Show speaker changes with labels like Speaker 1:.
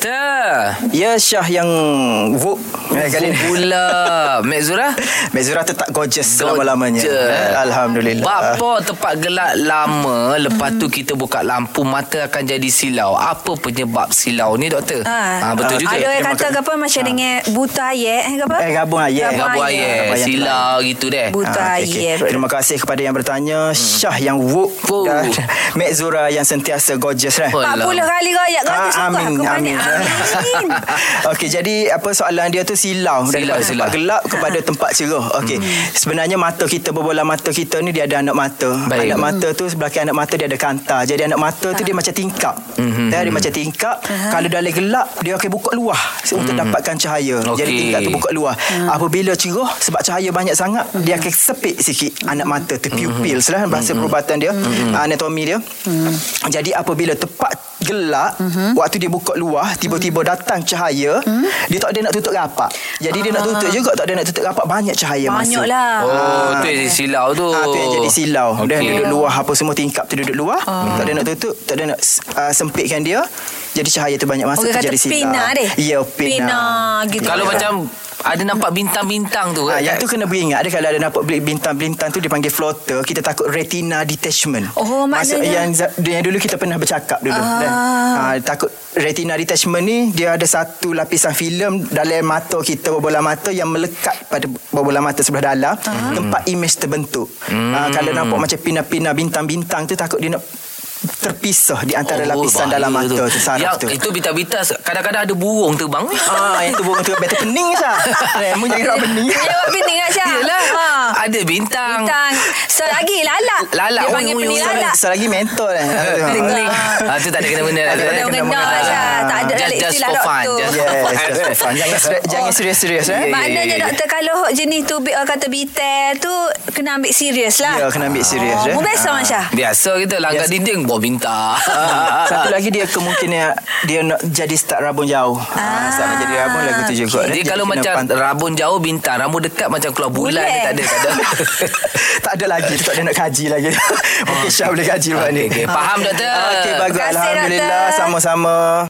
Speaker 1: Doktor.
Speaker 2: Ya Syah yang Vuk eh, kali ni.
Speaker 1: Pula. Mek Zura.
Speaker 2: Mek Zura tetap gorgeous selama-lamanya. Eh, Alhamdulillah.
Speaker 1: Bapa tempat gelap lama, lepas tu kita buka lampu mata akan jadi silau. Apa penyebab silau ni doktor?
Speaker 3: Ah.
Speaker 1: Ah, betul
Speaker 2: Ah,
Speaker 1: juga.
Speaker 3: Ada orang
Speaker 2: Dia
Speaker 3: kata
Speaker 2: makan-
Speaker 3: ke apa macam dengan buta ayat eh ke apa?
Speaker 2: Ah. Eh, gabung ayat.
Speaker 1: Gabung
Speaker 2: Ayat.
Speaker 1: air,
Speaker 2: Ayat.
Speaker 1: silau gitu deh.
Speaker 3: Buta
Speaker 2: Ah, okey,
Speaker 3: ayat.
Speaker 2: okey. Terima kasih kepada yang bertanya Syah yang Vuk
Speaker 1: Vuk.
Speaker 2: dan Mek Zura yang sentiasa gorgeous lah.
Speaker 1: Oh,
Speaker 3: 40 kali raya kau tu
Speaker 2: Ah,
Speaker 3: syukur
Speaker 2: amin,
Speaker 3: aku
Speaker 2: amin.
Speaker 3: banyak. Amin.
Speaker 2: Okey, jadi apa soalan dia tu silau
Speaker 1: Silau,
Speaker 2: daripada
Speaker 1: Hmm. silau.
Speaker 2: tempat gelap kepada tempat cerah. Okey. Sebenarnya mata kita berbola mata kita ni dia ada anak mata.
Speaker 1: Baik.
Speaker 3: Hmm.
Speaker 2: Anak mata tu belakang anak mata dia ada kantar. Jadi anak mata
Speaker 3: Ah.
Speaker 2: tu dia macam tingkap.
Speaker 1: Hmm,
Speaker 2: Mm-hmm. Dia, dia macam tingkap. Kalau dalam gelap dia akan buka luah untuk dapatkan cahaya. Jadi
Speaker 1: Hmm. Okey.
Speaker 2: tingkap tu buka luah.
Speaker 3: Hmm.
Speaker 2: Apabila cerah sebab cahaya banyak sangat dia akan sepit sikit anak mata tu pupil lah bahasa perubatan dia, ah, anatomi dia.
Speaker 3: Hmm.
Speaker 2: Jadi apabila tepat gelap waktu dia buka luah tiba-tiba
Speaker 3: Hmm.
Speaker 2: datang cahaya dia tak ada nak tutup rapat jadi dia nak tutup juga tak ada nak tutup rapat banyak cahaya masuk
Speaker 3: Ah. Banyaklah.
Speaker 1: Oh, tu yang jadi silau tu.
Speaker 2: Ah, tu yang jadi silau okay. Dan
Speaker 1: Okey.
Speaker 2: duduk luar Apa semua tingkap tu duduk luar
Speaker 3: Ah.
Speaker 2: Tak ada nak tutup Tak ada nak uh, sempitkan dia Jadi cahaya tu banyak masuk
Speaker 3: Orang
Speaker 2: tu
Speaker 3: kata
Speaker 2: jadi silau
Speaker 3: pina deh.
Speaker 2: Ya pina,
Speaker 3: Pina gitu.
Speaker 1: Kalau macam ada nampak bintang-bintang tu.
Speaker 2: Ah,
Speaker 1: kan?
Speaker 2: yang tu kena beringat dia kalau ada nampak beli- bintang-bintang tu dipanggil floater kita takut retina detachment
Speaker 3: Oh,
Speaker 2: Maksud-
Speaker 3: maknanya-
Speaker 2: yang, za- yang dulu kita pernah bercakap dulu ah. kan ah, takut retina detachment ni dia ada satu lapisan filem dalam mata kita bola mata yang melekat pada bola mata sebelah dalam ah. tempat imej terbentuk
Speaker 1: Hmm.
Speaker 2: ah, kalau nampak macam pina-pina bintang-bintang tu takut dia nak terpisah di antara
Speaker 1: Oh,
Speaker 2: lapisan
Speaker 1: bahaya
Speaker 2: dalam mata tu, tu saraf
Speaker 1: Yang
Speaker 2: tu
Speaker 1: Itu bintang-bintang kadang-kadang ada burung terbang.
Speaker 2: Ah, yang tu burung tu betul pening sah. Remu jangan nak pening.
Speaker 3: Jawab pening Aisyah.
Speaker 1: Yelah.
Speaker 3: Ha.
Speaker 1: Ada bintang.
Speaker 3: Bintang. Selagi lalak.
Speaker 1: Lalak.
Speaker 2: Oh,
Speaker 3: Dia panggil
Speaker 1: Uyuh,
Speaker 3: pening
Speaker 1: uyuh,
Speaker 3: lalak.
Speaker 2: Selagi mentol eh.
Speaker 3: Pening.
Speaker 1: Ah, tu tak ada kena-mena.
Speaker 2: Tak ada
Speaker 1: doktor, eh?
Speaker 2: kena-mena,
Speaker 1: Ah,
Speaker 2: Aisyah. Tak ada lah,
Speaker 1: just-
Speaker 3: dalam
Speaker 1: Just
Speaker 3: istilah
Speaker 1: for fun.
Speaker 3: doktor.
Speaker 1: just for
Speaker 2: Yes,
Speaker 1: fun.
Speaker 2: just for fun. Jangan,
Speaker 1: Oh.
Speaker 2: seri- jangan serius-serius eh.
Speaker 1: Ya, ya,
Speaker 3: Maknanya
Speaker 1: ya, ya.
Speaker 3: doktor kalau jenis tu bi- orang kata bitel tu kena ambil serius lah.
Speaker 2: Ya, kena ambil serius, eh.
Speaker 3: Oh, biasa
Speaker 2: Ah.
Speaker 3: Masya.
Speaker 1: Biasa kita langgar
Speaker 2: Yes. Ah.
Speaker 1: dinding bawa bintang. ah.
Speaker 2: Satu lagi dia kemungkinan dia nak jadi start rabun jauh. Ah, start nak jadi rabun lagu tu juga.
Speaker 1: Dia
Speaker 2: Jadi
Speaker 1: kalau
Speaker 2: kena
Speaker 1: macam
Speaker 2: pant-
Speaker 1: rabun jauh bintang, rabun dekat macam keluar bulan
Speaker 3: Bulan.
Speaker 1: dia tak ada tak ada.
Speaker 2: tak ada lagi tu tak ada nak kaji lagi. Okey Syah boleh kaji buat
Speaker 1: Ah,
Speaker 2: ni.
Speaker 1: Okey, okey. Faham, doktor.
Speaker 2: Okey bagus
Speaker 3: Terima kasih,
Speaker 2: alhamdulillah
Speaker 3: doktor.
Speaker 2: sama-sama.